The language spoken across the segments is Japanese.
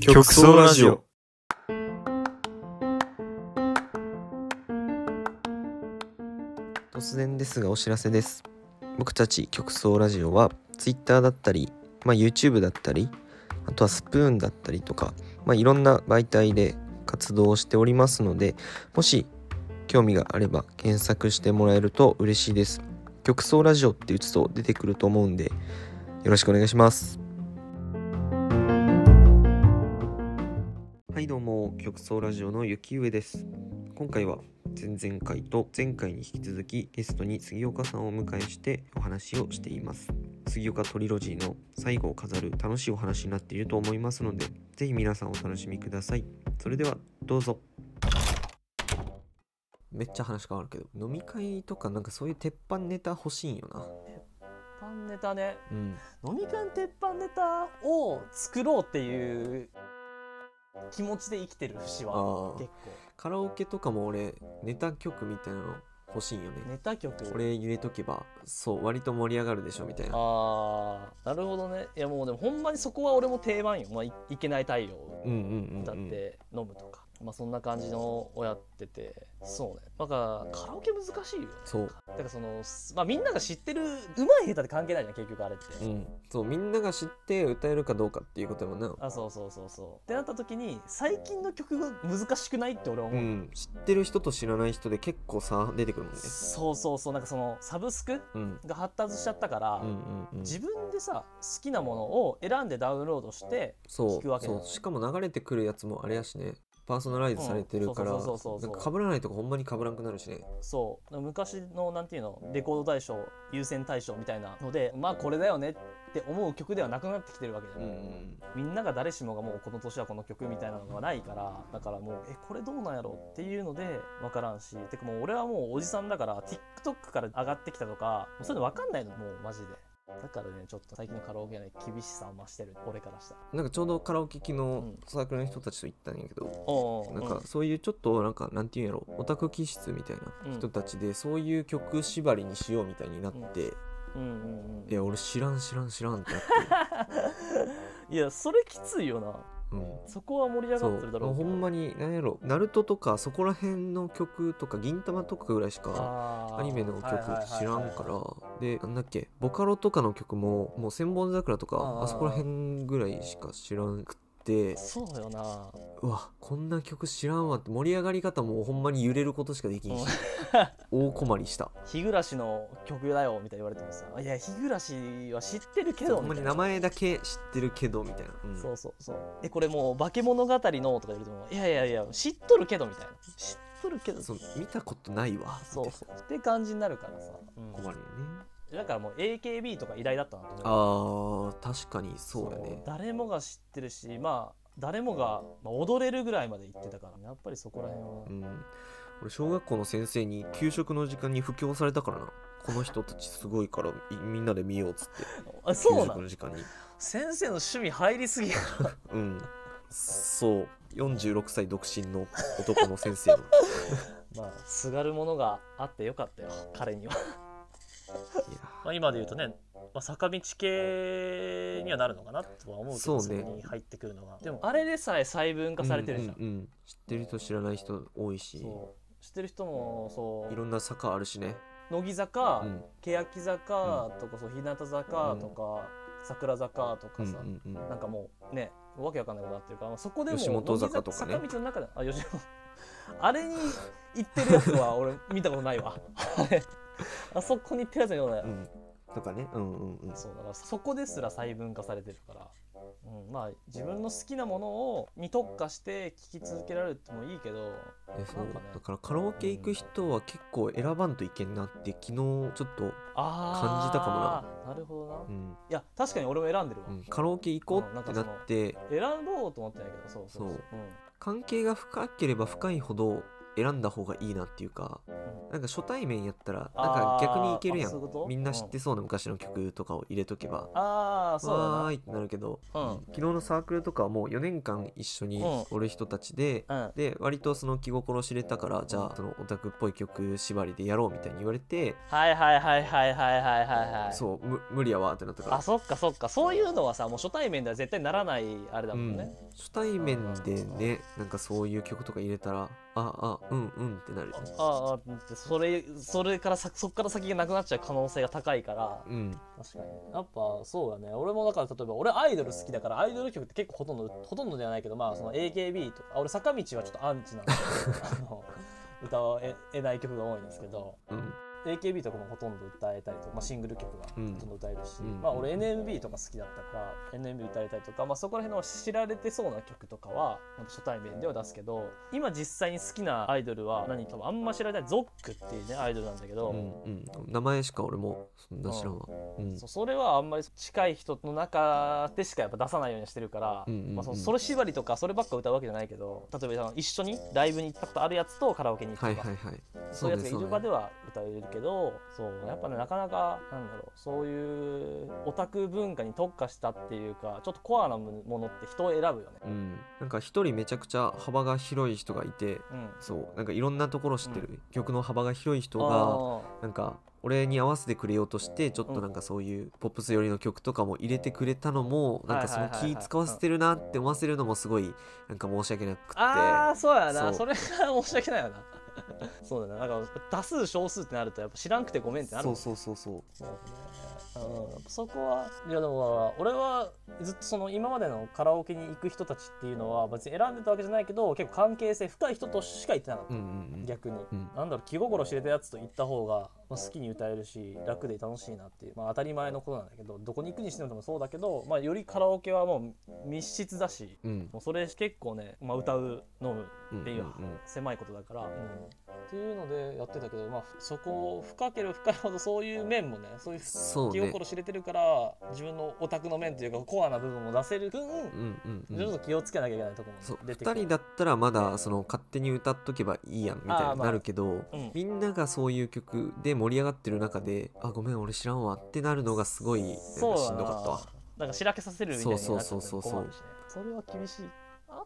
極総ラジオ。突然ですがお知らせです僕たち極総ラジオは Twitter だったり、まあ、YouTube だったりあとはスプーンだったりとか、まあ、いろんな媒体で活動をしておりますのでもし興味があれば検索してもらえると嬉しいです極総ラジオって打つと出てくると思うんでよろしくお願いしますはいどうも極総ラジオの雪上です今回は前々回と前回に引き続きゲストに杉岡さんをお迎えしてお話をしています杉岡トリロジーの最後を飾る楽しいお話になっていると思いますのでぜひ皆さんお楽しみくださいそれではどうぞめっちゃ話変わるけど飲み会とかなんかそういう鉄板ネタ欲しいんよな鉄板ネタねうん飲み会の鉄板ネタを作ろうっていう気持ちで生きてる節あはー結カラオケとかも俺ネタ曲みたいなの欲しいんよね構ネタ曲これ入れとけばそう割と盛り上がるでしょみたいなあーなるほどねいやもうでもほんまにそこは俺も定番よ、まあ、いいけない太陽うんうんうん、うん、歌って飲むとか、まあ、そんな感じのをやっててそうねだからカラオケ難しいよねそうだからその、まあ、みんなが知ってる上手い下手って関係ないじゃん結局あれって、うんそうみんなが知って歌えるかどうかっていうことやもんなあそうそうそうそうってなった時に最近の曲が難しくないって俺はう思う、ん知ってる人と知らない人で結構差出てくるもんねそうそうそうなんかそのサブスクうんが発達しちゃったから、うんうんうん自分でさ好きなものを選んでダウンロードしてそ聞くわうけだそうしかも流れてくるやつもあれやしねパーソナライズされてるからうなんそうそうそうそうんかぶらないとこほんまにかぶらんくなるしねそう昔のなんていうのレコード大賞優先大賞みたいなのでまあこれだよねって思う曲ではなくなってきてるわけじゃうない、んみんなが誰しもがもうこの年はこの曲みたいなのがないからだからもうえこれどうなんやろっていうので分からんしてかもう俺はもうおじさんだから TikTok から上がってきたとかもうそういうの分かんないのもうマジでだからねちょっと最近のカラオケはね厳しさを増してる俺からしたらなんかちょうどカラオケ昨日んサークルの人たちと行ったんやけど、おうおうなんかそういうちょっとなんかなんていうんやろオタク気質みたいな人たちでそういう曲縛りにしようみたいになってうんうんうんいや俺知らん知らん知らんってなって いやそれきついよなうんそこは盛り上そがってるだうろもううけほどんまに何やろナルトとかそこら辺の曲とか銀玉とかぐらいしかあーアニメの曲知らんかはいはいはいはいらでなんだっけボカロとかの曲ももう千本桜とかあーあそこら辺ぐらいしか知らんくってそうよなうわこんな曲知らんわって盛り上がり方もほんまに揺れることしかできん し大困りした日暮らしの曲だよみたいに言われてもさいや日暮らしは知ってるけどほんまに名前だけ知ってるけどみたいな、うんそうそうそうえこれもう化け物語のとか言われてもいやいやいや知っとるけどみたいな知っとるけどそそうう見たことないわそうみたいって感じになるからさ、うんな困るよねだからもう AKB とか依頼だったなと思うあー確かにそうだそうね誰もが知ってるしまあ誰もがまあ踊れるぐらいまで行ってたからやっぱりそこら辺はうん俺小学校の先生に給食の時間に布教されたからなこの人たちすごいからいみんなで見ようっつってあ給そうな食のの時間に先生の趣味入りす ぎやうんそう46歳独身の男の先 生のまあすがるものがあってよかったよ彼には、いやまあ、今で言うとね、まあ、坂道系にはなるのかなとは思うけどそうねそこに入ってくるのがでもあれでさえ細分化されてるじゃん、うんうんうん知ってる人知らない人多いしそう知ってる人もそいうろんな坂あるしね、乃木坂、うん欅坂とかそう日向坂とか、桜坂とうかんうさ、んうんなんかもうねわけわかんないことになってるから、まあそこでもう吉本坂とかね乃木坂坂道の中であ吉本 あれに行ってるやつ は俺見たことないわあれ あそこに行ってるやつは見たことないわ、うんとかねうんうんうんそうだからそこですら細分化されてるから、うん、まあ自分の好きなものをに特化して聞き続けられてもいいけどえそうなんかねだからカラオケ行く人は結構選ばんといけんなって昨日ちょっと、あー感じたかもなるほどな、ういんや確かに俺も選んでるわ、うんカラオケ行こうってなって選ぼうと思ってないけどそうそうそう関係が深ければ深いほど選んだ方がいいなっていうかんなんか初対面やったらなんあかー逆にいけるやあそうんいうことみんな知ってそうな昔の曲とかを入れとけばああ「そうだわなーい」ってなるけどうん昨日のサークルとかはもう4年間一緒にうおる人たちでうんで割とその気心知れたからじゃあそのオタクっぽい曲縛りでやろうみたいに言われてはいはいはいはいはいはいはいはいそうむ無理やわってなったからあそっかそっかそういうのはさもう初対面では絶対ならないあれだもんね、うん、初対面でねなんかそういう曲とか入れたらああうんうんってなるあああってそれそれからさそっから先がなくなっちゃう可能性が高いからうん確かにやっぱそうだね俺もだから例えば俺アイドル好きだからアイドル曲って結構ほとんどほとんどではないけどまあその AKB とかあ俺坂道はちょっとアンチなんであ の歌をええない曲が多いんですけどうん、 AKB とかもほとんど歌えたりとか、まあ、シングル曲がほとうんんど歌えるし、うんまあ俺 NMB とか好きだったから NMB 歌えたりとか、まあ、そこら辺の知られてそうな曲とかはやっぱ初対面では出すけど今実際に好きなアイドルは何かあんま知られないゾックっていうねアイドルなんだけど、うんうん、名前しか俺もそんな知らんわうんそそれはあんまり近い人の中でしかやっぱ出さないようにしてるから、うんうんうんまあ、そのそれ縛りとかそればっか歌うわけじゃないけど例えばあの一緒にライブに行ったことあるやつとカラオケに行くとか、はいはいはいそういうやつがいる場ではは歌えるけどそう,、やっぱねなかなかなんだろうそういうオタク文化に特化したっていうかちょっとコアなものって人を選ぶよね。うんなんか一人めちゃくちゃ幅が広い人がいてうん、そうなんかいろんなところ知ってる、う曲の幅が広い人があなんか俺に合わせてくれようとしてちょっとなんかそういうポップス寄りの曲とかも入れてくれたのもなんかその気使わせてるなって思わせるのもすごいなんか申し訳なくてあーそうやなそそうれが申し訳ないよなそうだななんか多数少数ってなるとやっぱ知らんくてごめんってなるもんそねうそうそうそううんそこはいやでも俺はずっとその今までのカラオケに行く人たちっていうのは別に選んでたわけじゃないけど結構関係性深い人としか行ってなかっうた、んうんうん逆に。うんなんだろう気心知れたやつと行った方が、まあ、好きに歌えるし楽で楽しいなっていう、まあ、当たり前のことなんだけどどこに行くにしてもそうだけど、まあ、よりカラオケはもう密室だしうんもうそれ結構ね、まあ、歌う飲むうんっていううん狭いことだから、っていうのでやってたけど、まあ、そこを深ければ深いほどそういう面もねそういうそう気ね心知れてるから自分のオタクの面というかコアな部分も出せる分、うんうんうんちょっと気をつけなきゃいけないところそうも出て2人だったらまだその勝手に歌っとけばいいやんみたいあーにまあなるけど、うんみんながそういう曲で盛り上がってる中で「あごめん俺知らんわ」ってなるのがすごいなんかしんそうどだなかったわ。なんかしらけさせるみたいになっちゃってそうそうそうそう困るしねそれは厳しい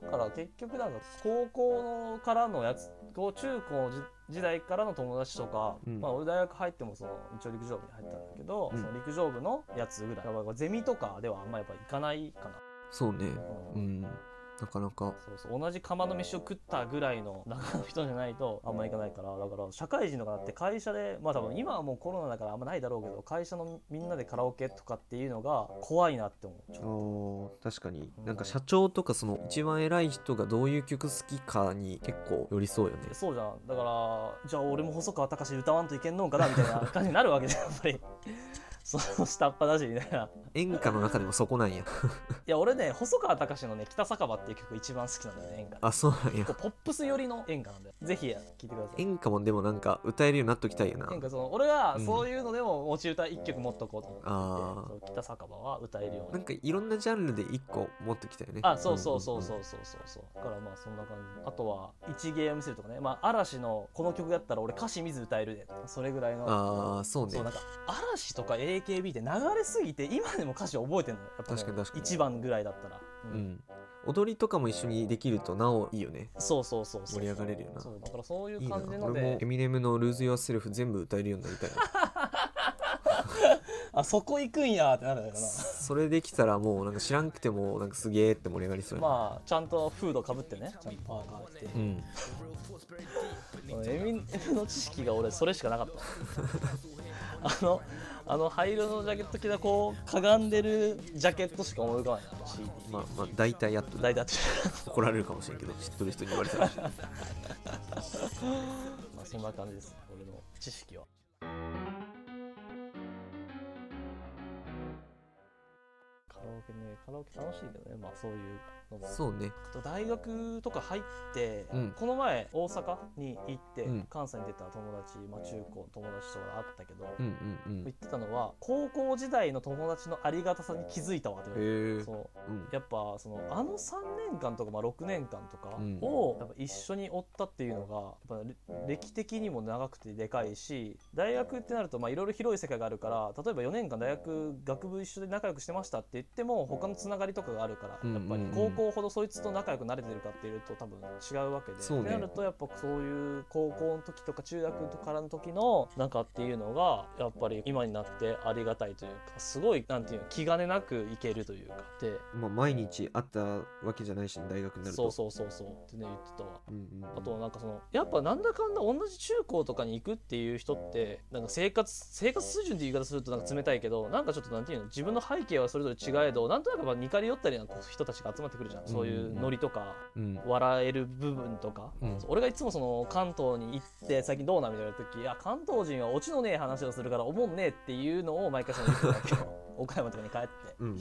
だから結局なんか高校からのやつ高中高じ時代からの友達とか、うんまあ俺大学入ってもその一応陸上部に入ったんだけど、うんその陸上部のやつぐらいやっぱゼミとかではあんまやっぱ行かないかそうねな、ううんんなかなかそうそう同じ釜の飯を食ったぐらいの中の人じゃないとあんま行かないからだから社会人とかだって会社でまあ多分今はもうコロナだからあんまないだろうけど会社のみんなでカラオケとかっていうのが怖いなって思うちょっと確かになんか社長とかその一番偉い人がどういう曲好きかに結構寄りそうよねえ。そうじゃんだからじゃあ俺も細川たかし歌わんといけんのんかなみたいな感じになるわけじゃんやっぱ りその下っ端だしみたいな演歌の中でもそこなんや。いや俺ね細川たかしのね「北酒場」っていう曲一番好きなんだよね演歌あそうなんや結。構ポップス寄りの演歌なんだよぜひ聴いてください演歌もでもなんか歌えるようになっときたいよな。なんかその俺はうんそういうのでも持ち歌一曲持っとこうと思ってあーそう北酒場は歌えるようなにんかいろんなジャンルで一個持ってきたよね。あそうそうそうそんうそうそうそうだからまあそんな感じあとは一芸を見せるとかねまあ嵐のこの曲だったら俺歌詞見ず歌えるでとかそれぐらいうんのうん。ああそうねそうなんか嵐とか AKB って流れすぎて今でも歌詞覚えてんのよやっぱもう確かに確かに一番ぐらいだったら、ううんん。踊りとかも一緒にできるとなおいいよね。そうそうそうそう盛り上がれるよなそうだからそういいういな感じ。の俺もでエミネムの「Lose Yourself」全部歌えるようになり たいな。あそこ行くんやーってなるんだよそれできたらもうなんか知らんくてもなんかすげえって盛り上がりそうなやな。まあちゃんとフードかぶってねちゃんとパーカー着てうん。エミネムの知識が俺それしかなかった あのあの灰色のジャケット着たこうかがんでるジャケットしか思い浮かばないな CD まあまあ大体やっと大体合って怒られるかもしれんけど知っとる人に言われたら。るまあそんな感じです俺の知識はカラオケけねカラオケ楽しいけどねまあそういうのもそうねあと大学とか入って、うんこの前大阪に行って、うん関西に出た友達、まあ、中高友達とかあったけど、うんうんうん言ってたのは高校時代の友達のありがたさに気づいたわって言われてへえそううんやっぱそのあの3年間とか、まあ、6年間とかうんをやっぱ一緒に追ったっていうのがやっぱれ歴的にも長くてでかいし大学ってなるとまあいろいろ広い世界があるから例えば4年間大学学部一緒で仲良くしてましたって言っても他のつながりとかがあるからうんやっぱり高校ほどそいつと仲良くなれてるかっていうと多分違うわけで。そうねってなるとやっぱそういう高校の時とか中学とからの時の仲っていうのがやっぱり今になってありがたいというかすごいなんていうの気兼ねなくいけるというかでまあ毎日会ったわけじゃないしね大学になるそとうそうそうそうってね言ってたわうんうんうんあとなんかそのやっぱなんだかんだ同じ中高とかに行くっていう人ってなんか生活生活水準って言い方するとなんか冷たいけどなんかちょっとなんていうの自分の背景はそれぞれ違えどなんとなくまあ似かり寄ったりな人たちが集まってくるじゃんそういうノリとかうん笑える部分とか、うん俺がいつもその関東に行って最近どうなみたいな時いや関東人はオチのねえ話をするからおもんねえっていうのを毎回その言ってたわ け岡山とかに帰って。うん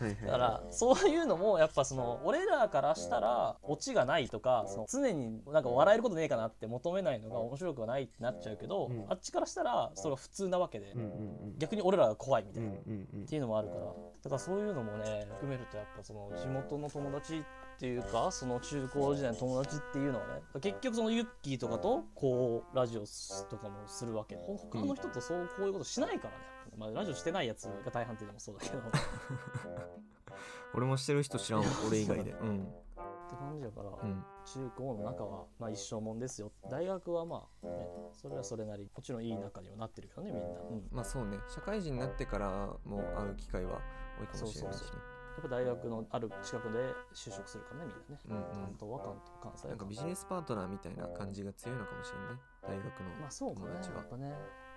はいはいだからそういうのもやっぱその俺らからしたらオチがないとかその常になんか笑えることねえかなって求めないのが面白くはないってなっちゃうけど、うんあっちからしたらそれが普通なわけで、うんうんうん逆に俺らが怖いみたういんうな、っんうんていうのもあるからだからそういうのもね含めるとやっぱその地元の友達っていうかその中高時代の友達っていうのはね結局そのユッキーとかとこうラジオとかもするわけで他の人とそうこういうことしないからね、まあ、ラジオしてないやつが大半っていうのもそうだけ ど。俺もしてる人知らんわ俺以外でうんって感じだから、うん中高の中はまあ一生もんですよ大学はまあ、ね、それはそれなりもちろんいい仲にはなってるけどねみんな、うん、やまあそうね社会人になってからも会う機会は多いかもしれないしねそうそうっぱ大学のある近くで就職するからねみんなねうん関東は関東関西うんなはんか関ビ西ジネスパートナーみたいな感じが強いのかもしれない大学の、まあそうかね友達はやっぱね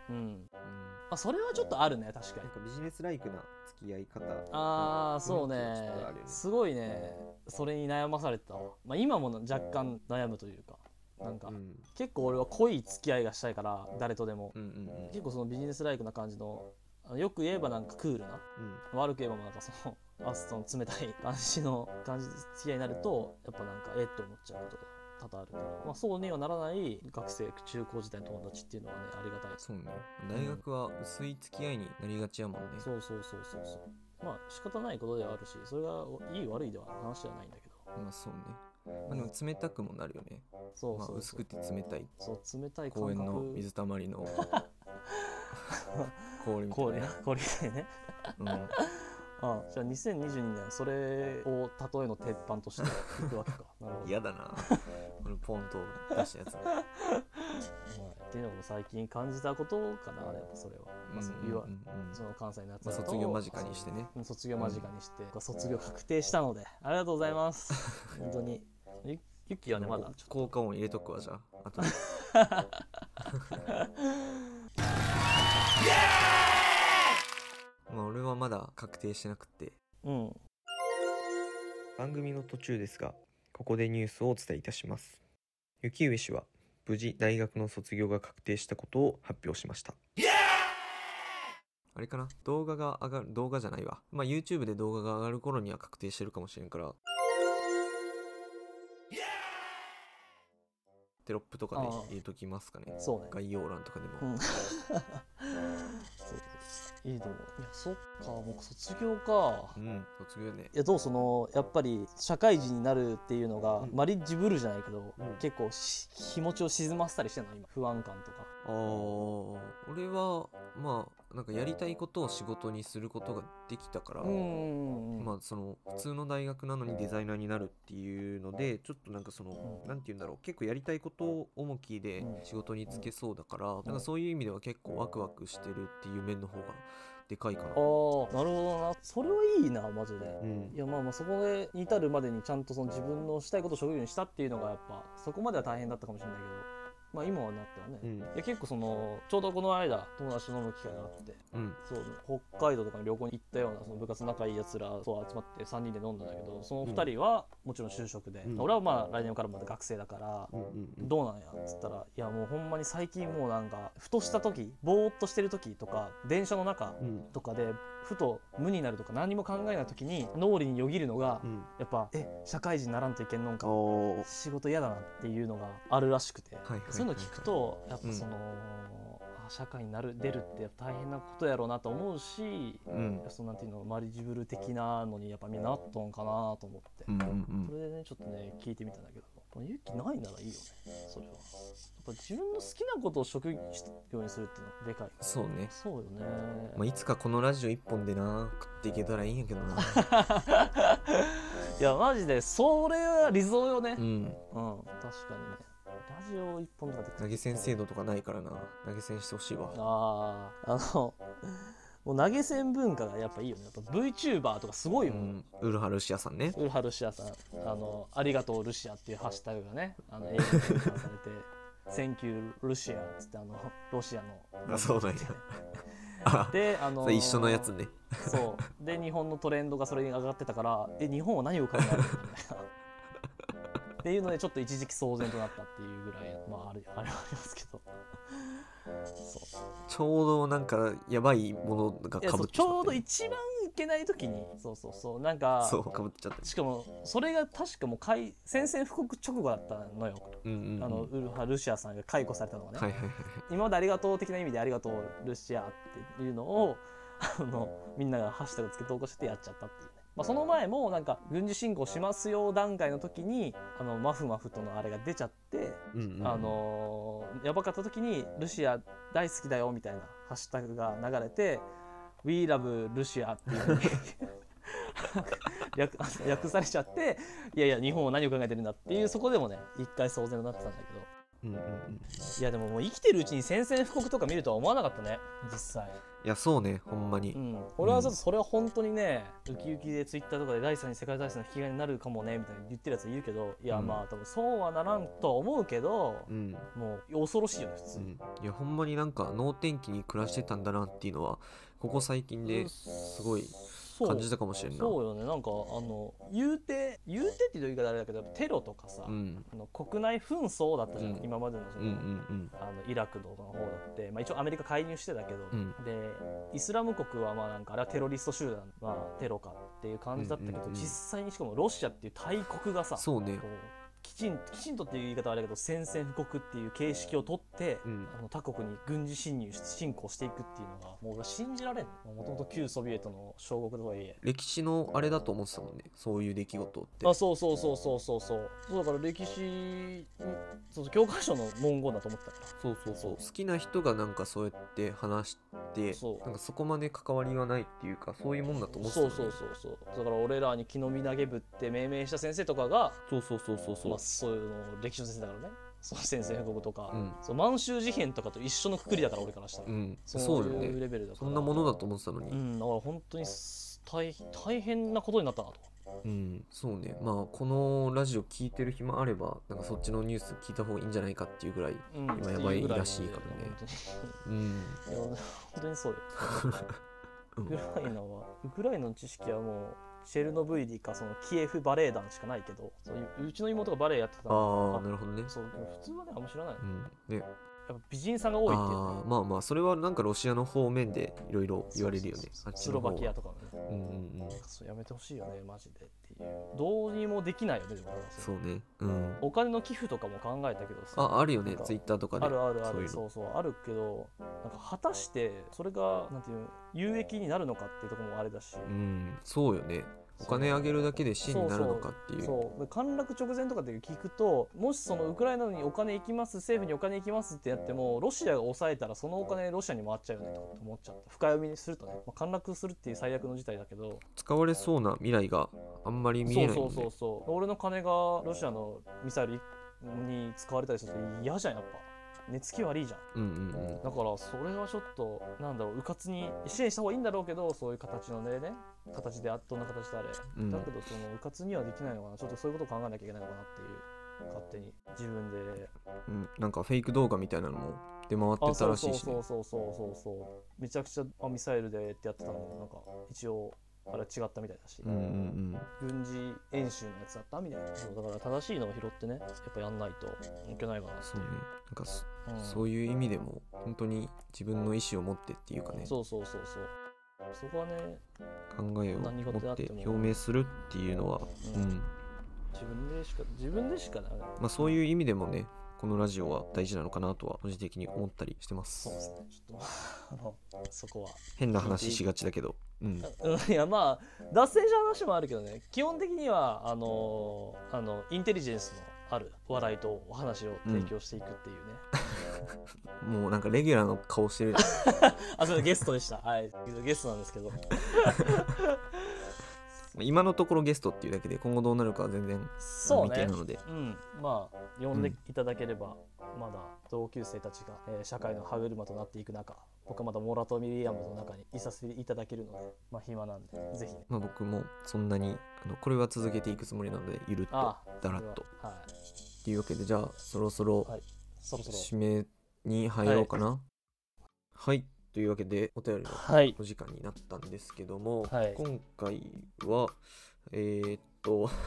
うんまうん、あそれはちょっとあるね確かなにんかビジネスライクな付き合い方あーそうね雰囲気はちょっとあるよねすごいねそれに悩まされてたわ、まあ、今も若干悩むというかなんかうん結構俺は濃い付き合いがしたいから誰とでもうんうんうん結構そのビジネスライクな感じのあのよく言えばなんかクールなうん悪く言えばもうなんかそのアストの冷たい感じの感じで付き合いになるとやっぱなんかえって思っちゃうことが多々あるから、まあ、そうにはならない学生中高時代の友達っていうのはねありがたいそうね大学は薄い付き合いになりがちやもんね、そうそうそうそうそうまあ仕方ないことではあるしそれがいい悪いでは話ではないんだけどまあそうね、まあ、でも冷たくもなるよねそうまあそう薄そくう,、て冷たいそう冷たい公感園覚の水たまりの 氷みたい氷な ね、氷でねうん、ああじゃあ2022年それを例えの鉄板としていくわけ かなるほど嫌だなこのポンと出したやつねはいっていうのも最近感じたことかなやっぱそれは、まあ、そのうんうん言うんわうんその関西のやつまだあと卒業間近にしてねうん卒業間近にして、卒業確定したのでありがとうございます本当にゆゆっきーはねまだちょっと効果音入れとくわじゃああとで まあ俺はまだ確定してなくてうん番組の途中ですがここでニュースをお伝えいたします雪上氏は無事大学の卒業が確定したことを発表しましたあれかな動画が上がる動画じゃないわまあ YouTube で動画が上がる頃には確定してるかもしれんからテロップとかで入れときますかねそうね概要欄とかでうも、んそういいと思ういやそっかもう卒業か、うん卒業ねいやどうそのやっぱり社会人になるっていうのが、うんマリッジブルーじゃないけど、うん結構し気持ちを沈ませたりしてんの今不安感とかあー俺はまあなんかやりたいことを仕事にすることができたから、うんうんうんまあその普通の大学なのにデザイナーになるっていうのでちょっとなんかそのうん何て言うんだろう結構やりたいことを重きでうん仕事につけそうだからんなんかそういう意味では結構ワクワクしてるっていう面の方がでかいかなあ。ーなるほどなそれはいいなマジで、うんいやまあまあそこでに至るまでにちゃんとその自分のしたいことを職業にしたっていうのがやっぱそこまでは大変だったかもしれないけどまあ今はなったらね、ういんや結構そのちょうどこの間友達と飲む機会があってうんそう北海道とかに旅行に行ったようなその部活の仲いいやつらと集まって3人で飲んだんだけどその2人はもちろん就職で、うん俺はまあ来年からまだ学生だから、うんうんうんどうなんやっつったらいやもうほんまに最近もうなんかふとした時ぼーっとしてる時とか電車の中うんとかでふと無になるとか何にも考えない時に脳裏によぎるのがうん、やっぱえ社会人にならんといけんのんかおー仕事嫌だなっていうのがあるらしくて、はいはいはいそういうの聞くとやっぱうんその、あ社会になる出るって大変なことやろうなと思うし、うんそのなんていうのマリジブル的なのにやっぱみんななっとんかなと思って、うんうんそれでねちょっとね聞いてみたんだけど勇気ないならいいよねそれはやっぱ自分の好きなことを職業にするっていうのはでかいそうねそうよね、まあ、いつかこのラジオ一本でな食っていけたらいいんやけど な いやマジでそれは理想よねうんうん、確かにねラジオ一本とかで投げ銭制度とかないからな投げ銭してほしいわあああのもう投げ銭文化がやっぱいいよねやっぱ VTuber とかすごいうもん、んウルハルシアさんねウルハルシアさんあの「ありがとうルシア」っていうハッシュタグがねあの英語で変換されて 「Thank you ルシア」っつってあのロシアのあそうなんやあであ のそれ一緒のやつねそうで日本のトレンドがそれに上がってたからえ日本は何を 考えてるんだみたいなっていうのでちょっと一時期騒然となったっていうぐらいまああれあれはありますけどそうちょうどなんかやばいものがいやかそぶうっちちゃょっうどてね一番いけない時にそうそうそうなんかそうかぶっちゃってしかもそれが確かもう解宣戦布告直後だったのよ、うんうんうんあのウルハ・ルシアさんが解雇されたのがね、はいはいはい今までありがとう的な意味でありがとうルシアっていうのを あのみんながハッシュタグつけ投稿してやっちゃったっていうね、まあ、その前もなんか軍事侵攻しますよ段階の時にあのマフマフとのあれが出ちゃってうんうんうんあのーやばかった時に「ルシア大好きだよ」みたいなハッシュタグが流れて「We love ルシア」ってい うふうに略略されちゃっていやいや日本は何を考えてるんだっていうそこでもね一回騒然になってたんだけどうんうんうんいやでももう生きてるうちに宣戦布告とか見るとは思わなかったね実際いやそうねほんまにうん俺はちょっとそれは本当にねウキウキでツイッターとかで第三次世界大戦の引き金になるかもねみたいに言ってるやついるけどいやうんまあ多分そうはならんとは思うけどうんもう恐ろしいよね普通うにん、いやほんまになんか能天気に暮らしてたんだなっていうのはここ最近ですごい感じたかもしれんなそうよねなんかあの言うて言うてっていう言い方あれだけどテロとかさ、うんあの国内紛争だったじゃん、うん今までのそうんの,、うんあのイラクの方だって、まあ、一応アメリカ介入してたけど、うんでイスラム国はまあなんかあれはテロリスト集団はテロかっていう感じだったけど、うんうんうん実際にしかもロシアっていう大国がさそうねこうきちんきちんとっていう言い方はあれだけど宣戦布告っていう形式を取って、うんあの他国に軍事侵入し侵攻していくっていうのがもう俺は信じられんもともと旧ソビエトの小国とはいえ歴史のあれだと思ってたもんねそういう出来事ってあそうそうそうそうそうそうそうだから歴史にそうそう教科書の文言だと思ってたからそうそうそう好きな人がなんかそうやって話してそうなんかそこまで関わりがないっていうかそういうもんだと思ってたそもうんねそうそうそうだから俺らに木の実投げ部って命名した先生とかがそうそうそうそうそまあ、うそういうの歴史の先生だからねその先生のことか、うんそう満州事変とかと一緒のくくりだから俺からしたら、うんそそううよいうねレベルだかそらんなものだと思ってたのうにんだから本当にす大大変なことになったなとうんそうねまあこのラジオ聞いてる暇あればなんかそっちのニュース聞いた方がいいんじゃないかっていうぐらいうん今やばいらしいからねうん うんっていうぐらいの本当にいや本当にそうよウクライナはウクライナの知識はもうチェルノブイリかそのキエフバレエ団しかないけどそういううちの妹がバレエやってたのああなるほどねそうでも普通はねあんま知らないやうんねっぱ美人さんが多いっていうねあーまあまあそれはなんかロシアの方面でいろいろ言われるよそねうそあっうそうちスのロ方バはキアとかねうんうんうんそうやめてほしいよねマジでっていうどうにもできないよねでも俺はそれそうねうんお金の寄付とかも考えたけどさああるよねなんかツイッターとかであるあるあそういるうのそうそうあるけどなんか果たしてそれがなんていうの有益になるのかっていうところもあれだし、うんそうよねお金あげるだけで死になるのかっていうそうで陥落直前とかで聞くともしそのウクライナにお金行きます政府にお金行きますってやってもロシアが抑えたらそのお金ロシアに回っちゃうよねとかって思っちゃった深読みにするとね、まあ、陥落するっていう最悪の事態だけど使われそうな未来があんまり見えないそもうんそうそねうそう俺の金がロシアのミサイルに使われたりすると嫌じゃんやっぱ寝つき悪いじゃんうんうんうんだからそれはちょっとなんだろううかつに支援した方がいいんだろうけどそういう形のねね形であどんな形であれ、うんだけどそのうかつにはできないのかなちょっとそういうことを考えなきゃいけないのかなっていう勝手に自分でうんなんかフェイク動画みたいなのも出回ってたそらうしそいうしそねうそうそうそうそうめちゃくちゃあミサイルでってやってたのになんか一応あれは違ったみたいだし、うんうん軍事演習のやつだったみたいなそうだから正しいのを拾ってねやっぱやんないといけないかなうんってそういねうなんかそうんそういう意味でも本当に自分の意思を持ってっていうかねそうそうそうそうそこはね考えを何事で持あっってても表明するっていうのは、ううんん自分でしか自分でしかならないまあ、そういう意味でもねこのラジオは大事なのかなとは個人的に思ったりしてまそうですすねちょっとあのそこは変な話しがちだけど、うん、 うんいやまあ脱線した話もあるけどね基本的にはあのあのインテリジェンスのある笑いとお話を提供していくっていうね、もうなんかレギュラーの顔して るあそれゲストで したはいゲストなんですけど今のところゲストっていうだけで今後どうなるかは全然そう未定ねなのでうんまあ呼んでいただければ、まだ同級生たちが、えー社会の歯車となっていく中僕はまだモラトミリアムの中にいさせていただけるのでまあ暇なんでぜひねまあ、僕もそんなにあのこれは続けていくつもりなのでゆるっとあだらっとはいっていうわけでじゃあそろそろはいそろそろ締めに入ろうかなはい、というわけでお便りのはいお時間になったんですけども、はい今回はえー、っと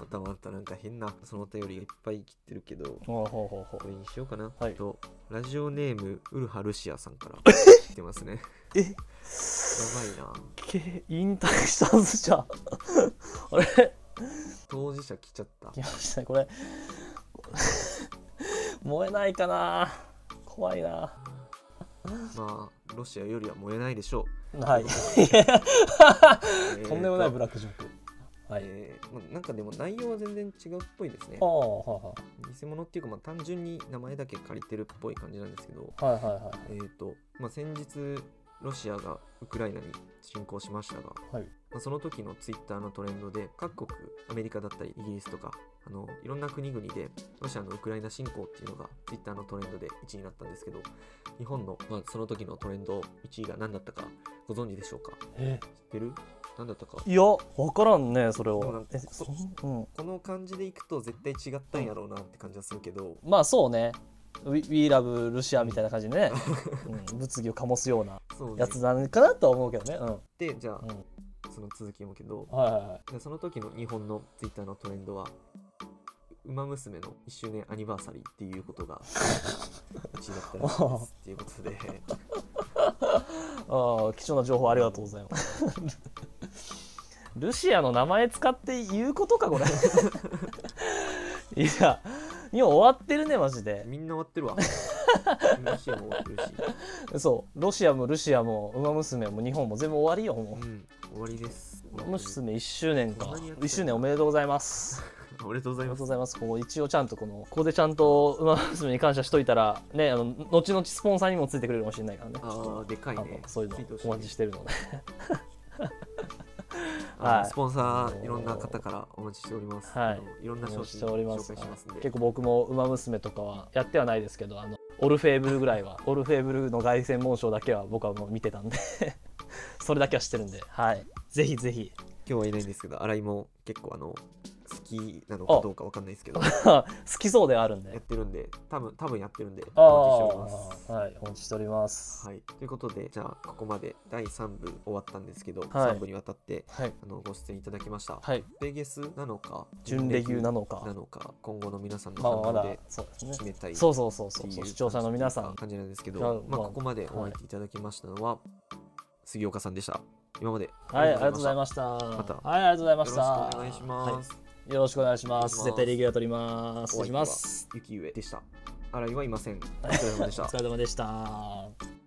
またまたなんか変なそのお便りがいっぱい来てるけどほうほうほうほうこれにしようかな、はいえっとラジオネームウルハルシアさんから 来てますねえやばいなけ引退したはずじゃん あれ当事者来ちゃった来ましたねこれ 燃えないかな怖いなまあロシアよりは燃えないでしょはいうとんでもないブララックジョークはいえーまあ、なんかでも内容は全然違うっぽいですねあ。あ偽物っていうか、まあ、単純に名前だけ借りてるっぽい感じなんですけど、はいはいはいはいはいえーとまあ、先日ロシアがウクライナに侵攻しましたが、はいまあ、その時のツイッターのトレンドで各国アメリカだったりイギリスとかあのいろんな国々でロシアのウクライナ侵攻っていうのがツイッターのトレンドで1位になったんですけど日本の、まあ、その時のトレンド1位が何だったかご存知でしょうかえ知ってる何だったかいや分からんねそれそうなはんえですそうんこの感じでいくと絶対違ったんやろうなって感じはするけど、まあそうね We, We Love Russia みたいな感じで ね、うん、物議を醸すようなそうねやつなんかなとは思うけどねうんでじゃあ、うんその続きもけどはいはいはいでその時の日本のツイッターのトレンドは「ウマ娘」の1周年アニバーサリーっていうことが1位だったらしいですっていうこと でああ貴重な情報ありがとうございます。 ルシアの名前使って言うことかこれ。 いや、日本終わってるねマジで。みんな終わってるわロシアも終わってるし、そう、ロシアもルシアもウマ娘も日本も全部終わりよもうん、終わりですう。ウマ娘1周年かそんなにやってんの1周年おめでとうございますありがとうござあいりがまとすうございますこう一応ちゃんとこのここでちゃんとウマ娘に感謝しといたらねあの後々スポンサーにもついてくれるかもしれないからねあーでかいあのねそういうのツイートしお待ちしてるのであはのいスポンサーいろんな方からお待ちしております、はいあのいろんな商して品おりま紹す介しますんで結構僕も「ウマ娘」とかはやってはないですけどあのオルフェーブルぐらいはオ ルフェーブルの凱旋門賞だけは僕はもう見てたんで それだけは知ってるんで、はい、ぜひぜひ 今日はいないんですけど新井も結構あの好きなのかどうかわかんないですけどや好きそうではあるんっでてるんで多分多分やってるんであお待ちしておりますあはいお待ちしておりますはい、ということでじゃあここまで第3部終わったんですけど、はい3部にわたってはい、あのご出演いただきました、はい、ベゲスなのか純レギュなののか今後の皆さんのまあま判断だでそうです決ねめたいそうそうそうそっうていう視聴者の皆さん感じなんですけど、いやまあ、まあここまでお会いいただきましたのは、杉岡さんでした今まではいありがとうございしましたたはいありがとうございましたよろしくお願いします、はいよろしくお願いしまお願いしますす絶対レギュラー取りますお失相礼手はします雪上でした新井はいませんお疲れ様でしおた疲れ様でした